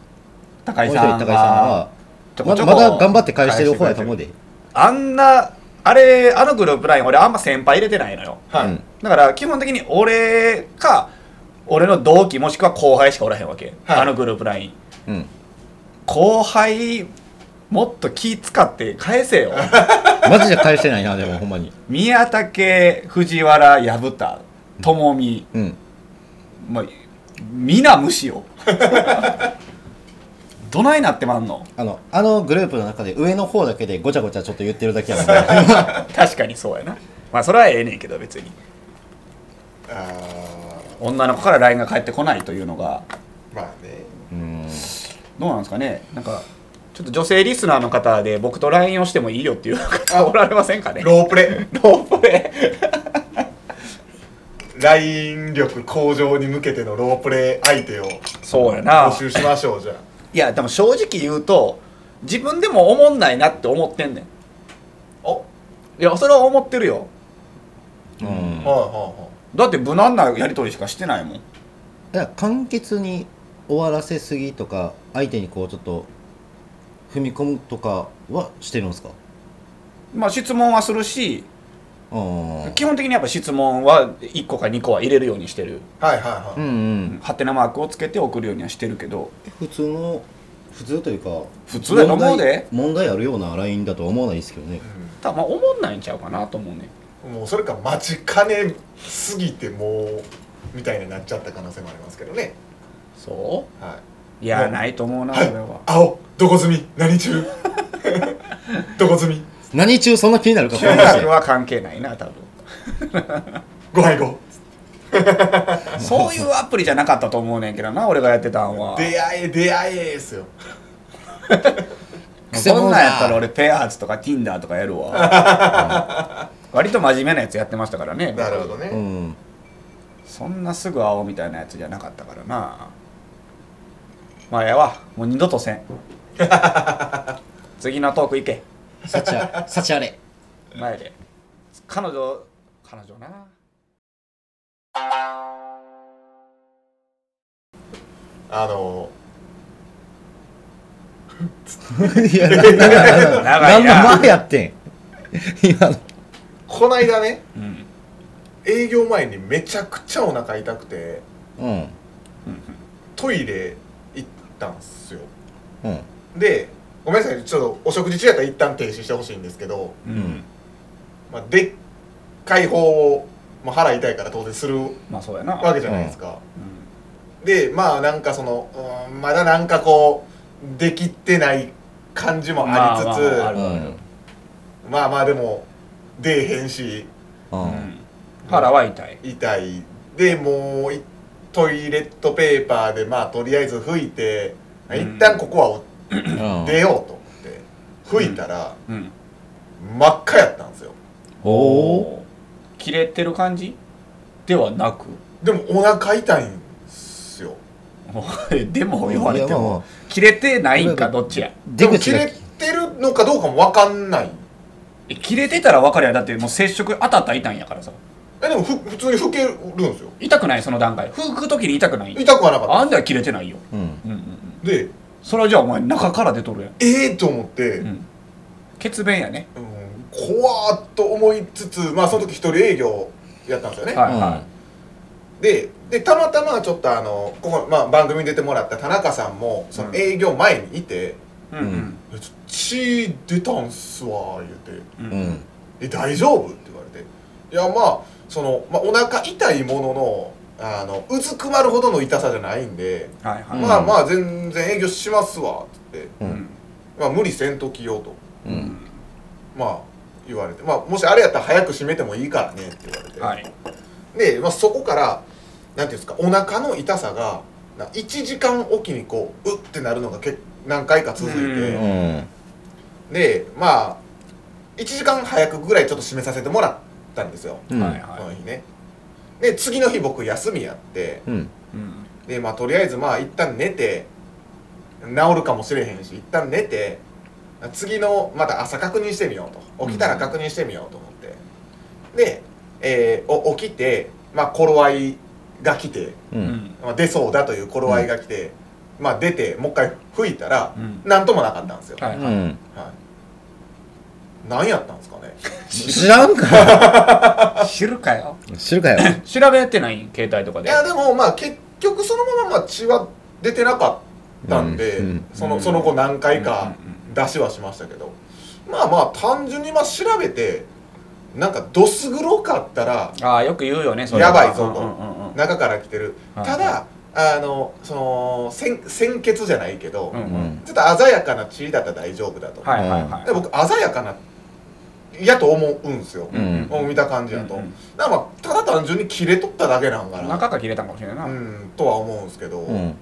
B: 高
C: もう
B: 井
C: 一
B: さん
C: 人高井さん
B: が
C: は
B: ちょこ
C: ま
B: ちょ
C: だ
B: こ
C: まだ頑張って返してる方やと思うで、
B: あんなあれあのグループライン俺あんま先輩入れてないのよ
A: はい、
C: うん
B: だから基本的に俺か俺の同期もしくは後輩しかおらへんわけ、
A: はい
B: あのグループライン
C: うん、
B: 後輩もっと気使って返せ よ
C: マジで返してないなでもほんまに
B: 宮武藤原薮田友美
C: うん
B: まあ、皆無視よどないなってまんの
C: あのあのグループの中で上の方だけでごちゃごちゃちょっと言ってるだけやもんね
B: 確かにそうやなまあそれはええねんけど別に
A: あ
B: 女の子から LINE が返ってこないというのが
A: ーまあね
C: うん
B: どうなんですかねなんかちょっと女性リスナーの方で僕と LINE をしてもいいよっていう方おられませんかねロ
A: ロープレ
B: ープレ
A: イ LINE 力向上に向けてのロープレイ相手を
B: そうやな
A: 募集しましょうじゃ
B: いやでも正直言うと自分でもおもんないなって思ってんねんおいやそれは思ってるよ
C: うん
A: あ、はいはいはい
B: だって無難なやり取りしかしてないもん
C: だから簡潔に終わらせすぎとか相手にこうちょっと踏み込むとかはしてるんですか
B: まあ質問はするし
C: うんうん
B: 基本的にやっぱ質問は1個か2個は入れるようにしてる
A: はいはいはい、
C: うん
B: ハテナマークをつけて送るようにはしてるけど
C: 普通の普通というか
B: 普通やと思うで
C: 問題問題あるようなラインだとは思わないですけどね
B: ただまあ思んないんちゃうかなと思うね
A: うんもうそれか待ちかねすぎてもうみたいになっちゃった可能性もありますけどね
B: そ
A: は
B: ういや
A: うん、
B: ないと思うない
A: は
B: それ
A: い
B: は、
A: 青どこ住み何 中どこ住み
C: 何中そんな気になるか
B: 中 学は関係ないな多分
A: ご配合
B: そういうアプリじゃなかったと思うねんけどな俺がやってたんは
A: 出会え出会えですよ
C: 癖者だ
B: そんなんやったら俺ペアーズとか Tinder とかやるわ 割と真面目なやつやってましたからね
A: なるほどね、
C: うん
B: そんなすぐ会おうみたいなやつじゃなかったからなまあやわもう二度とせん次のトーク行け
C: 幸あ幸あれ
B: 前で彼女彼女な
A: あの
C: いやなんだ
B: 長いな
C: 何の前やってん今の
A: こないだね
B: うん
A: 営業前にめちゃくちゃお腹痛くて
C: うん
A: トイレ行ったんすよ
C: うん
A: でごめんなさいちょっとお食事中やったら一旦停止してほしいんですけど、
B: うん
A: まあ、でっかい方を、まあ、腹痛いから当然する
B: まあそうやな
A: わけじゃないですか、でまあなんかその、うんまだなんかこうできてない感じもありつつまあ
B: まあまあある
A: まあでも出えへんし
C: うん
B: うんうん腹は痛い
A: 痛いでもういトイレットペーパーでまあとりあえず拭いて一旦ここはお
C: うん
A: 出ようと思って吹いたら
D: うん
A: 真っ赤やったんですよ
C: おお
B: 切れてる感じではなく
A: でもお腹痛いんですよ
B: でも言われて
C: いやまあ
B: も
C: まあ
B: 切れてないんかどっちや
A: で
C: 出
A: も
C: 口
A: 切
C: が
A: れてるのかどうかも分かんない
B: え切れてたら分かるやんだってもう接触当たったら痛いんやからさ
A: えでもふ普通に吹けるんですよ
B: 痛くないその段階拭く時に痛くない
A: 痛くはなかった
B: あんでは切れてないよ、
C: うん
B: うんうんうん、
A: で
B: それはじゃあお前中から出とるやん、
A: ええー、と思って、
B: うん、血便やね
A: うん怖っと思いつつまあその時一人営業やったんですよね、
B: はいは
A: ででたまたまちょっとあのここ、まあ、番組に出てもらった田中さんもその営業前にいて
B: い、うんうん
A: 「えちょ血出たんすわ」言うて
B: うん
C: うん
A: 「え大丈夫?」って言われて「いやまあその、まあ、お腹痛いもののあのうずくまるほどの痛さじゃないんで、
B: はいはい、
A: まあまあ全然営業しますわ」って言って、
B: うん
A: まあ、無理せんときよと
C: うん
A: まあ言われて、まあ、もしあれやったら早く閉めてもいいからねって言われて、
B: はい
A: で、まあ、そこからなんていうんですかお腹の痛さがな1時間おきにこううってなるのが結何回か続いて、
B: う
C: うん
A: でまあ1時間早くぐらいちょっと閉めさせてもらったんですよ、
C: うん
B: はい
A: その
B: はい
A: 日ねで次の日僕休みやって
C: うん
B: うん
A: でまあとりあえずまあ一旦寝て治るかもしれへんし一旦寝て次のまた朝確認してみようと起きたら確認してみようと思って、で、えーお起きてまあ頃合いが来て、
C: う
B: うんん
A: まあ、出そうだという頃合いが来て、まあ出てもう一回吹いたら
B: うん
A: 何ともなかったんですよ、
B: は
C: う
B: いはい
C: ん
A: はい、何やったんですかね
C: 知らんか
B: 知るかよ
C: 知るかよ
B: 調べてない携帯とか
A: い
B: で
A: やでもまあ結局そのまままあ血は出てなかったんで、
C: うんうん
A: そのその後何回か出しはしましたけど、まあまあ単純にまあ調べてなんかどす黒かったら
B: ああよく言うよねそれ
A: やばいぞと
B: うんうんうん
A: 中から来てる、
B: はい
A: ただあのその鮮鮮血じゃないけど、
B: うん
C: う
B: うん
C: ん
A: ちょっと鮮やかな血だったら大丈夫だと、
B: はいはいはい
A: で僕鮮やかなやと思うんですよ、
C: うん
A: もう見た感じだと、
B: うんうん
A: だからまあただ単純に切れとっただけなんかな
B: 中が切れたんかもしれないな、
A: うんとは思うんですけど、
C: うん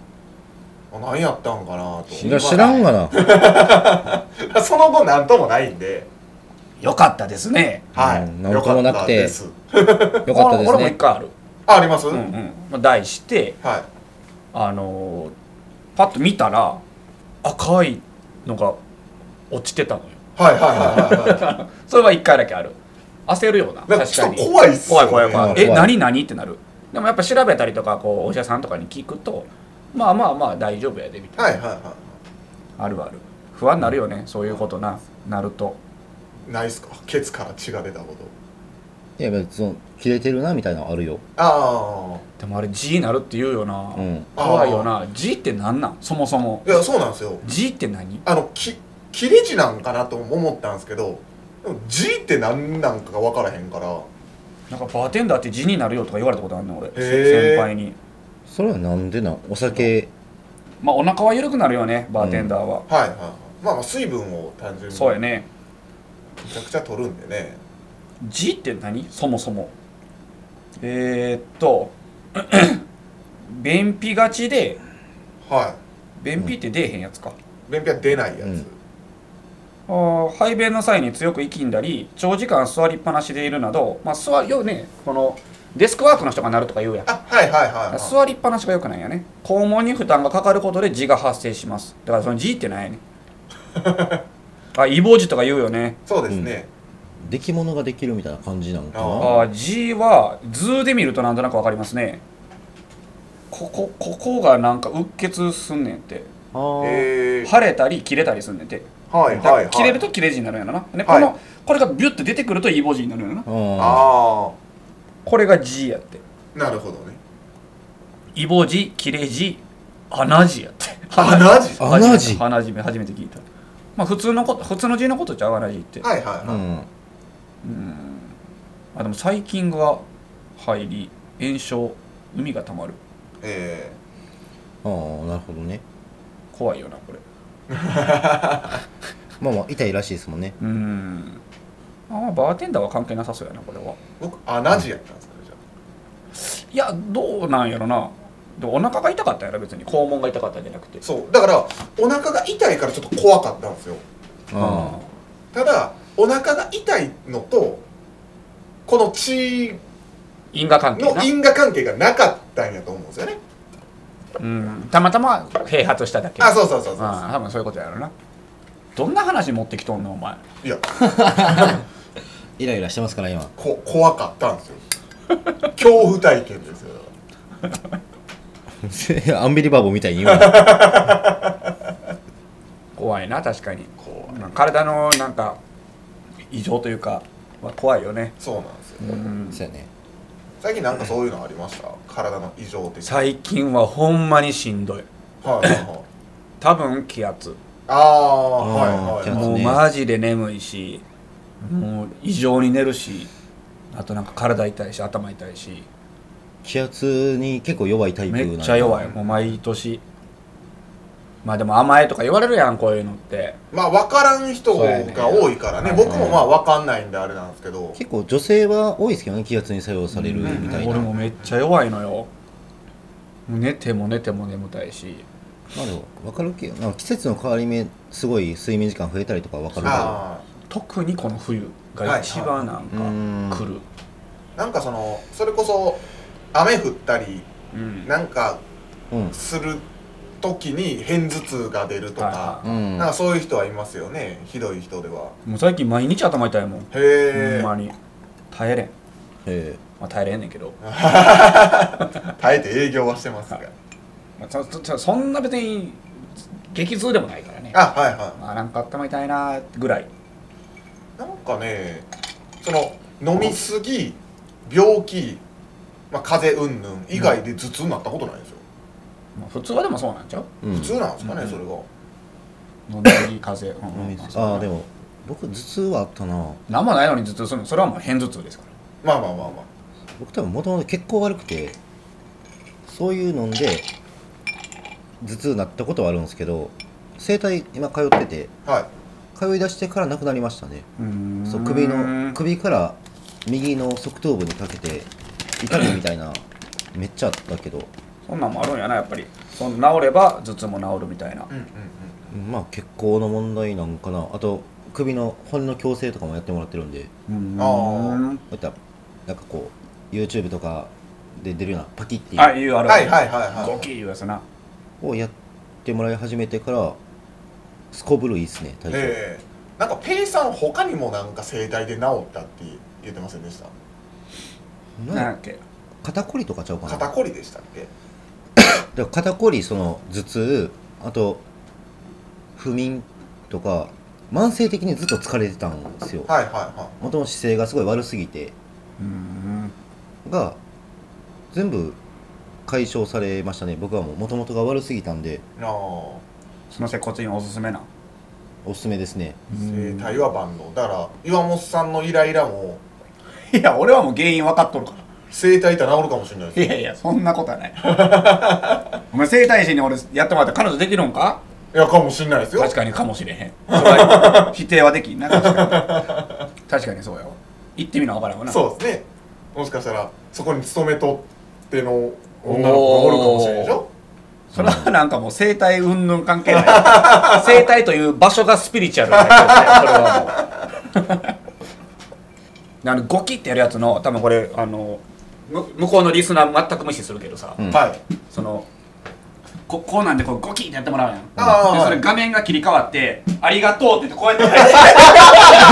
A: あ何やったんかなと
C: 知ら知らんがな
A: まあ その後何ともないんで
B: よかったですね
A: はい、
C: うん何ともなく
A: 良かったで
C: て
A: す
C: よかったで
B: これ
C: す
B: も一
C: ね
B: 回ある、
A: ああります、
B: うんうんまあ、題して
A: はい
B: あのーパッと見たら赤いのが落ちてたのよ
A: はいはいはい はいは
B: それは一回だけある焦るような
A: な
B: い
A: んか
B: 確
A: ちょ
B: か
A: っと
B: に
A: 怖いっすよ
B: 怖
A: ね
B: い怖い怖い
C: うん
B: え
C: 怖い
B: 何何ってなるでもやっぱ調べたりとかこうお医者さんとかに聞くとまあまあまあ大丈夫やでみたいな、
A: はいはいは
B: あるある不安になるよね、そういうことななると
A: いないっすかケツから血が出たこと
C: いや別に切れてるなみたいなのあるよ
A: あ
B: でもあれ G になるって言うよな、
C: うん
B: 怖いよな G って何なんそもそも
A: あいやそうなんですよ
B: G って何
A: あのき切れ字なんかなとも思ったんですけどでも字って何なんかが分からへんから
B: なんかバーテンダーって字になるよとか言われたことあるねん俺
A: へー
B: 先輩に
C: それはなんでなんお酒
B: まあお腹は緩くなるよねバーテンダーは、
A: はいはいはいまあまあ水分を単純に
B: そうや
A: め
B: ね
A: ちゃくちゃ取るんでね
B: G って何そもそもえー、っと便秘がちで
A: は
B: 便秘って出えへんやつか、
A: い便秘は出ないやつ、
C: うん
B: あー排便の際に強く息んだり長時間座りっぱなしでいるなどまあ座よねこのデスクワークの人がなるとか言うやん
A: あはいはいはい、はい、
B: 座りっぱなしが良くないんやね肛門に負担がかかることで痔が発生しますだからその痔ってなんやねんあ異房痔とか言うよね
A: そうですね、
C: 出来物ができるみたいな感じなのか
A: あ
B: あー痔は図で見るとなんとなく分かりますねここここがなんかうっ血すんねんって
C: なああ
A: えー
B: 腫れたり切れたりすんねんて
A: はいはい
B: だか
A: はい
B: ら切れると切れ痔になるんやろな、で
A: はい
B: このこれがビュッて出てくるとイボ痔になるんやろな
C: あ
A: あ
B: これが痔やって
A: あなるほどね
B: イボ痔切れ痔穴痔やって
A: 穴痔
C: 穴痔
B: 鼻痔初めて聞いたまあ普通のこと普通の痔のことちゃう穴痔って
A: はいはいはい、
C: うん
B: あでも細菌が入り炎症海がたまる
A: え
C: ああなるほどね
B: 怖いよなこれ
C: まあまあ痛いらしいですもんね
B: うーんあまあバーテンダーは関係なさそうやなこれは
A: ー、僕穴痔やったんですかねじゃ
B: いやどうなんやろなでお腹が痛かったんやろ別に肛門が痛かったんじゃなくて
A: そうだからお腹が痛いからちょっと怖かったんですよ
C: あ
A: ただお腹が痛いのとこの血
B: 因果関係
A: の
B: な、
A: 因果関係がなかったんやと思うんですよね
B: うん、たまたま併発しただけ
A: あそうそうそうそう
B: ああ多分そういうことやろなどんな話持ってきとんのお前
A: いや
C: あイライラしてますから今
A: こ怖かったんですよ恐怖体験ですよ
C: アンビリバボーみたいに言うな
B: 怖いな確かに
A: 怖い
B: まあ体のなんか異常というか、まあ、怖いよね、
A: そうなんですよ
B: うん、
C: そうやね
A: 最近なんかそういうのありました体の異常的な
B: 最近はほんまにしんどい
A: はいはいはい
B: 多分気圧
A: ああはい
C: 気
A: はい
C: 圧
A: はい
B: もう
C: ね
B: マジで眠いしもう異常に寝るしあとなんか体痛いし頭痛いし
C: 気圧に結構弱いタイプなん
B: め
C: や
B: っちゃ弱いもう毎年まあでも甘えとか言われるやんこういうのって
A: まあ分からん人
B: そうやね
A: が多いからね
B: はい
A: 僕もまあ分かんないんであれなんですけど
C: 結構女性は多いですけどね気圧に作用されるみたいな、
B: 俺もめっちゃ弱いのよもう寝ても寝ても眠たいし
C: まあでも分かるけどなんか季節の変わり目すごい睡眠時間増えたりとか分かるけど
A: あ
B: 特にこの冬が一番なんか
C: はいはい
B: 来る、
A: あなんかそのそれこそ雨降ったり
B: うん
A: なんか
C: うん
A: する時に片頭痛が出るとか
B: は
C: うん
A: なんかそういう人はいますよねひどい人では
B: もう最近毎日頭痛いもん、
A: へえ
B: ほんまに耐えれん、
C: え
B: まあ、耐えれんねんけど、
A: 耐えて営業はしてますが
B: まあ、そそそんな別に激痛でもないからね
A: あはいは
B: まあなんか頭痛いなぐらい
A: いなんかねその飲みすぎ病気、まあ、風邪うんぬん以外で頭痛になったことないんですよ、
B: まあ普通はでもそうなんちゃう
C: えうん
A: 普通なんですかね、
B: うん
A: それが
B: 飲みすぎ風邪、うんうん
C: ああでも僕頭痛はあったな
B: 何もないのに頭痛するのそれはもう偏頭痛ですから
A: まあまあまあまあ
C: 僕多分もともと血行悪くてそういうのんで頭痛になったことはあるんですけど整体今通ってて
A: はい
C: 通い出してからなくなりましたね
B: うん
C: そう首の首から右の側頭部にかけて痛みみたいなめっちゃあったけど
B: そんなんもあるんやなやっぱりその治れば頭痛も治るみたいな
A: うんうん
C: まあ血行の問題なんかなあと首の骨の矯正とかもやってもらってるんでこ
B: うん
A: あ
C: ういったなんかこう YouTube とかで出るようなパキッて
B: あ
C: いう
B: いう
A: う
B: あ
A: ん
B: る
A: はいはいはいはい
B: ゴキーいうやつな
C: をやってもらい始めてからすこぶるいいっすね体調、
A: ええなんかペイさん他にもなんか整体で治ったって言ってませんでした
C: なん
B: 何
C: や
B: やっけ
C: 肩こりとかちゃうかな
A: 肩こりでしたっけ
C: だから肩こりその頭痛あと不眠とか慢性的にずっと疲れてたんですよ
A: はいはいは
C: もともと姿勢がすごい悪すぎて
B: うん
C: が全部解消されましたね僕はもう元々が悪すぎたんで
A: いなあ
B: その接骨院おすすめな
C: おすすめですね
A: 整体は万能だから岩本さんのイライラも
B: いや俺はもう原因分かっとるか
A: 整体いたら治るかもしれないです
B: らいやいやそんなことはない お前整体師に俺やってもらったら彼女できるんか
A: いやかもしれないですよ
B: 確かにかもしれへんそれは否定はできんな確か に確かにそうやわ行ってみな分からんわな
A: そうですねもしかしたらそこに勤めとっての女の子がおるかもしれないでしょ
B: それはなんかもう生態云々関係ない 生態という場所がスピリチュアルな気がしてそれはも うあのゴキってやるやつの多分これあのむ向こうのリスナー全く無視するけどさ、
C: うん
A: はい
B: そのここうなんでこうゴキってやってもらうやん
A: あー
B: でそれ画面が切り替わって「ありがとう」って言ってこうやって返 し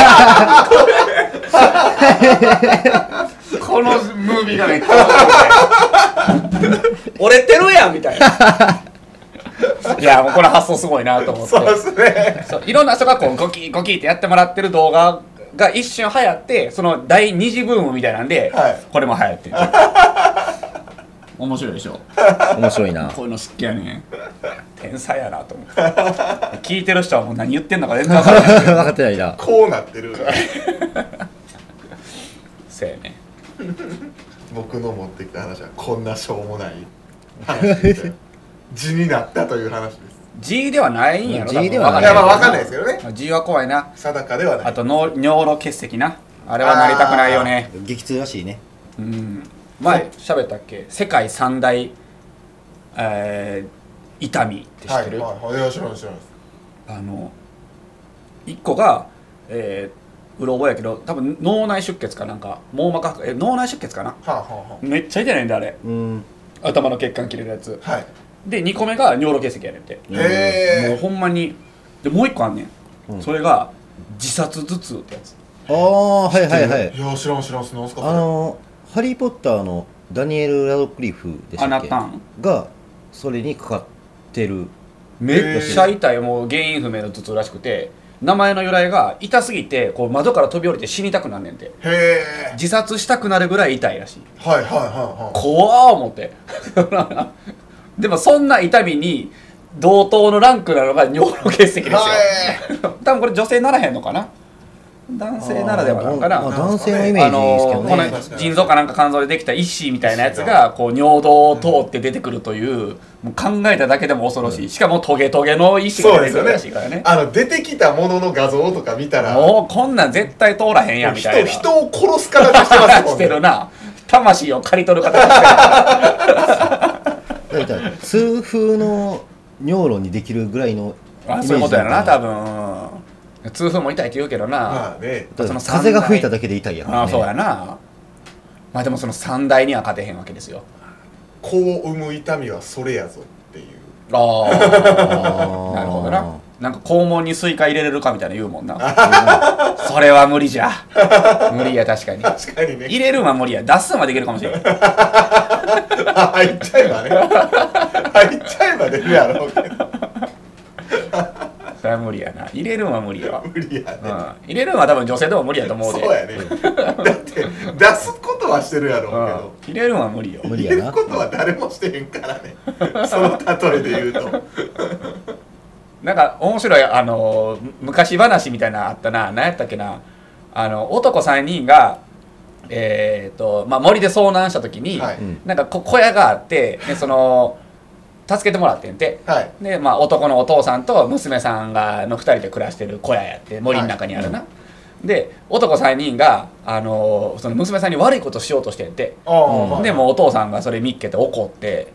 B: てこのムービーがめっちゃ面白い折れてるやんみたいないやもうこの発想すごいなと思って
A: そうですね
B: そういろんな人がこうゴキゴキってやってもらってる動画が一瞬流行ってその第二次ブームみたいなんで、
A: はい
B: これも流行ってる面白いでしょ
C: 面白いな
B: こういうの好きやねん 天才やなと思って聞いてる人はもう何言ってんのか全然分からない
C: 分かってないな
A: こうなってる
B: そうやね
A: 僕の持ってきた話はこんなしょうもない話でしたよ地になったという話です
B: G ではないんやろ
C: G で
A: い
C: はない
A: やまあわかんないですけどね
B: けど G は怖いな
A: 定かではない
B: あとの尿路結石なあれはなりたくないよね
C: 激痛らしいね
B: うん前喋ったっけ世界三大えー、痛みって知ってる、
A: はいはいはいいや知らない知らないです
B: あの1個が、えー、うろ覚えやけど多分脳内出血かなんか網膜剥離え脳内出血かな
A: はあは
B: めっちゃ痛いねんであれ
C: うん
B: 頭の血管切れるやつ
A: あはあはい
B: で2個目が尿路結石やねんてもう
A: へえ
B: ほんまにでもう1個あんねん、
C: うん
B: それが自殺頭痛ってやつ
C: ああはいはいはい
A: いや知らん知らんすなんすかそれ
C: あのハリー・ポッターのダニエル・ラドクリフでした
B: あ
C: っ
B: な
C: け
B: ったん
C: がそれにかかってる
B: めっちゃ痛いもう原因不明の頭痛らしくて名前の由来が痛すぎてこう窓から飛び降りて死にたくなんねんて
A: へえ
B: 自殺したくなるぐらい痛いらしい
A: はいはいはいは
B: 怖ー思って でもそんな痛みに同等のランクなのが尿路結石です
A: い
B: よ
A: はい
B: 多分これ女性ならへんのかな男性ならではなんかな
C: あー
B: あ
C: まあ男性のイメージですけど
B: のこ
C: ね、
B: の腎臓かなんか肝臓でできた一子みたいなやつがこう尿道を通って出てくるというもう考えただけでも恐ろしいしかもトゲトゲの一子
A: そ
B: が
A: うで
B: 出
A: す
B: てく
A: よ
B: るらしいから
A: ね
B: ね
A: あの出てきたものの画像とか見たら
B: もうこんなん絶対通らへんやみたい
A: 人
B: な
A: 人を殺す形してますも
B: し
A: ん
B: て
A: ね
B: るな魂を刈り取る形 してる
C: だから痛風の尿路にできるぐらいのイメー
B: あ
C: ジ
B: そういうことやろな
C: だ
B: 多
C: か
B: 分痛風も痛いって言うけどな、
A: まあね
C: ら
B: その三大
C: 風が吹いただけで痛いやん、ね、
B: ああそうやなまあでもその三大には勝てへんわけですよ
A: 子を産む痛みはそれやぞっていう
B: あ
C: あ
B: あ
C: ー
B: なるほどななんか肛門にスイカ入れれるかみたいな言うもんな それは無理じゃ無理や確かに
A: 確かにね
B: 入れるんは無理や出すんはできるかもしれない
A: あ入っちゃえばね入っちゃえば出るやろうけど
B: それは無理やな入れるんは無理やわ、
A: 無理や
B: うん、
A: ね
B: 入れるんは多分女性でも無理やと思う
A: そ
B: で
A: うやねだって出すことはしてるやろ
B: うん
A: う
B: 入れるんは無理よ
C: 無
A: けど
C: 理
A: 言え
C: や
A: る
C: な
A: ことは誰もしてへんからねその例えで言うと
B: なんか面白いあのむ昔話みたいなのあったな何やったっけなあの男3人がえーとまあ、森で遭難した時に、
A: はい
C: うん
B: なんかこ小屋があってでその助けてもらってんて
A: はい
B: で、まあ、男のお父さんと娘さんがの2人で暮らしてる小屋やって森の中にあるな、で男3人が、あのその娘さんに悪いことしようとしてんて
A: ああ、
C: うん
A: まあ
B: でもうお父さんがそれ見っけて怒って、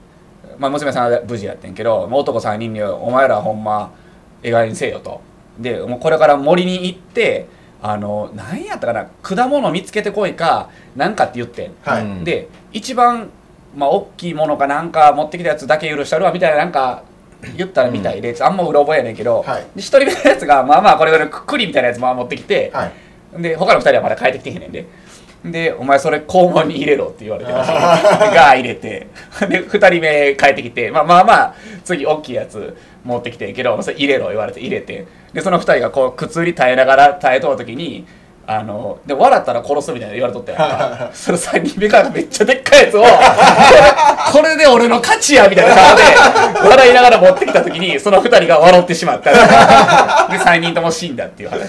B: まあ、娘さんは無事やってんけどもう男3人に「お前らほんまええ加減にせえよ」と。でもうこれから森に行ってあの何やったかな果物見つけてこいかなんかって言ってん。
A: はい、
C: うん
B: で一番、まあ、大きいものかなんか持ってきたやつだけ許したるわみたいななんか言ったらみたいで、あんまうろ覚えやねんけど、
A: はい
B: で一人目のやつがまあまあこれぐらいの栗みたいなやつまあ持ってきて、
A: はい
B: で他の二人はまだ帰ってきてへんねんで。で、お前それ肛門に入れろって言われてらしい。が入れて。で、二人目帰ってきて、まあまあまあ、次大きいやつ持ってきてんけど、それ入れろ言われて入れて。で、その二人がこう、苦痛に耐えながら耐えとうときに、あの、で、笑ったら殺すみたいなの言われとったやんか。その三人目からめっちゃでっかいやつを、 これで俺の勝ちやみたいな顔で、笑いながら持ってきたときに、その二人が笑ってしまった。で、三人とも死んだっていう話。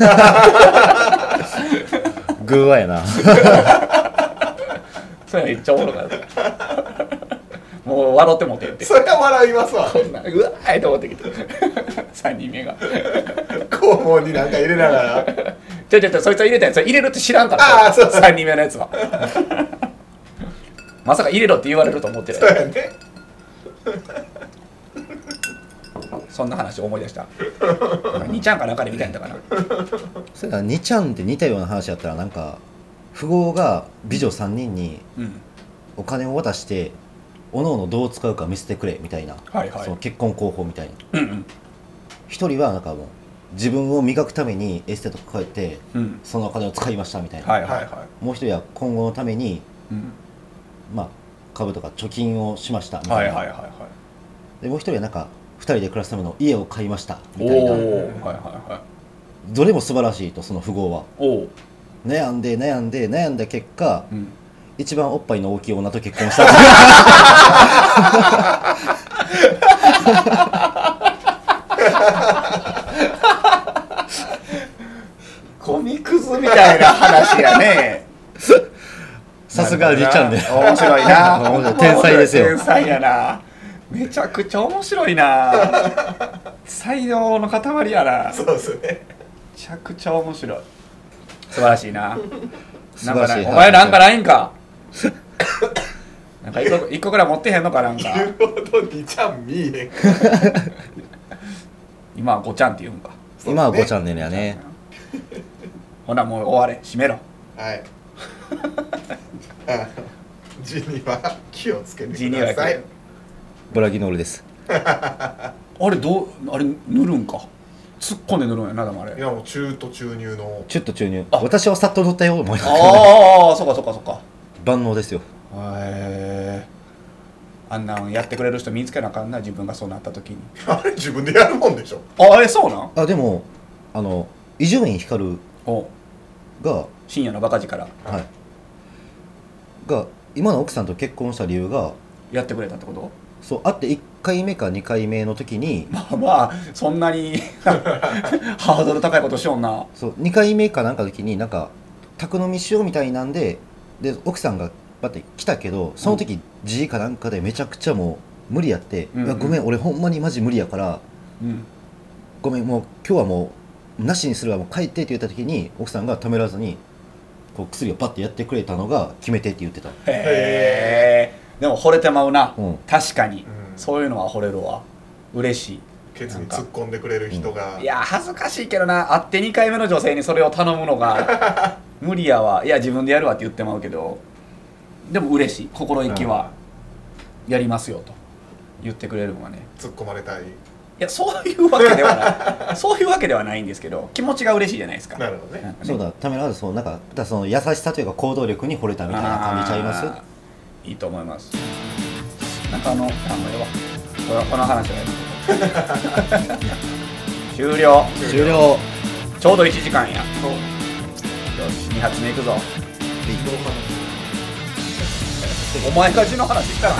C: 偶話やな
B: それめっちゃおもろかった。もう笑ってもてんて。
A: それは笑いますわ
B: こんなんうわーいと思ってきて。3人目が。
A: 肛門になんか入れながら
B: ちょちょちょ、そいつは入れたやつは入れるって知らんから。
A: あーそうそう
B: 3人目のやつは。まさか入れろって言われると思って
A: そう
B: ない。
A: やね
B: そんな話を思い出した。2ちゃんかなんかでみたいなかな。
C: それから2ちゃんって似たような話やったらなんか富豪が美女3人に
B: うん。
C: お金を渡しておのおのどう使うか見せてくれみたいな、
B: はいはい
C: その結婚候補みたいな
B: うんうん。
C: 一人はなんかもう自分を磨くためにエステとか通って
B: うん。
C: そのお金を使いましたみたいな、
B: はいはい
A: はい
B: はい。
A: は
C: もう一人は今後のために、
B: うん
C: まあ、株とか貯金をしましたみた
B: はいい
C: な、
B: はいはいは
C: でもう一人はなんか2人で暮らすための家を買いました
B: い。
C: みたい
B: お
C: な
B: おー。はいはいはい。
C: どれも素晴らしいとその富豪は
B: おお。
C: 悩んで悩んで悩んだ結果
B: うん。
C: 一番おっぱいの大きい女と結婚した
B: ゴミくずみたいな話やね。
C: さすがリちゃんで
B: なるほどな面白いな
C: 面白い天才ですよ
B: 天才やなめちゃくちゃ面白いな才能の塊やなめ
A: いそうですね
B: ちゃくちゃ面白い素晴らしいな
C: 素晴らし
B: な
C: い
B: んかないお前なんかないんかなんか一個一個ぐらい持ってへんのかなんか
A: 言うほど2ちゃん見えへん
B: 今はごちゃんって言うんか
C: 今は5チャンネルやね
B: ほなもう終われ閉めろ
A: はい。あの字には気をつけて
B: 字
A: く
B: には
A: だ
B: 気を
A: さい。
C: ブラギノールです
B: あれどうあれ塗るんか突っ込んで塗るんやなでもあ
A: い
B: れ
A: やもう中途中入の。
C: ちょっと注入
B: あ
C: 私はさっと取ったよ思いながら
B: ああそうかそうかそうか
C: 万能ですよ
B: へえあんなんやってくれる人見つけなあかんな自分がそうなった時に
A: あれ自分でやるもんでしょ。
B: ああれそうなん
C: あでもあの伊集院光
B: お
C: が
B: 深夜のバカ力
C: はいが今の奥さんと結婚した理由が
B: やってくれたってこと
C: そう会って1回目か2回目の時に
B: まあまあそんなに ハードル高いことしよんな
C: そう2回目かなんかの時になんか宅飲みしようみたいなんでで奥さんがバッて来たけどその時じいかなんかでめちゃくちゃもう無理やって「
B: うんうん
C: いやごめん俺ほんまにマジ無理やから
B: うん
C: ごめんもう今日はもうなしにするわもう帰って」って言った時に奥さんがためらわずにこう薬をパッてやってくれたのが決め手って言ってた
B: へえでも惚れてまうな、
C: うん
B: 確かに、
A: うん
B: そういうのは惚れるわ嬉しい
A: ケツに突っ込んでくれる人が。
B: いや恥ずかしいけどな会って2回目の女性にそれを頼むのが 無理やわいや自分でやるわって言ってまうけどでも嬉しい心意気は、やりますよと言ってくれるのはね
A: 突っ込まれたい。
B: いやそういうわけでは ないそういうわけではないんですけど気持ちが嬉しいじゃないですか
A: なるほどね。
B: んか
C: そうだためらわずそうなんかだからその優しさというか行動力に惚れたみたいな感じちゃいます
B: あーいいと思いますなんかあのあのええわこのこの話はやめとこう 終了
C: 終了
B: ちょうど1時間やよ
A: そう。
B: し2発目いくぞ
A: 自動化の
B: お前が字の話したな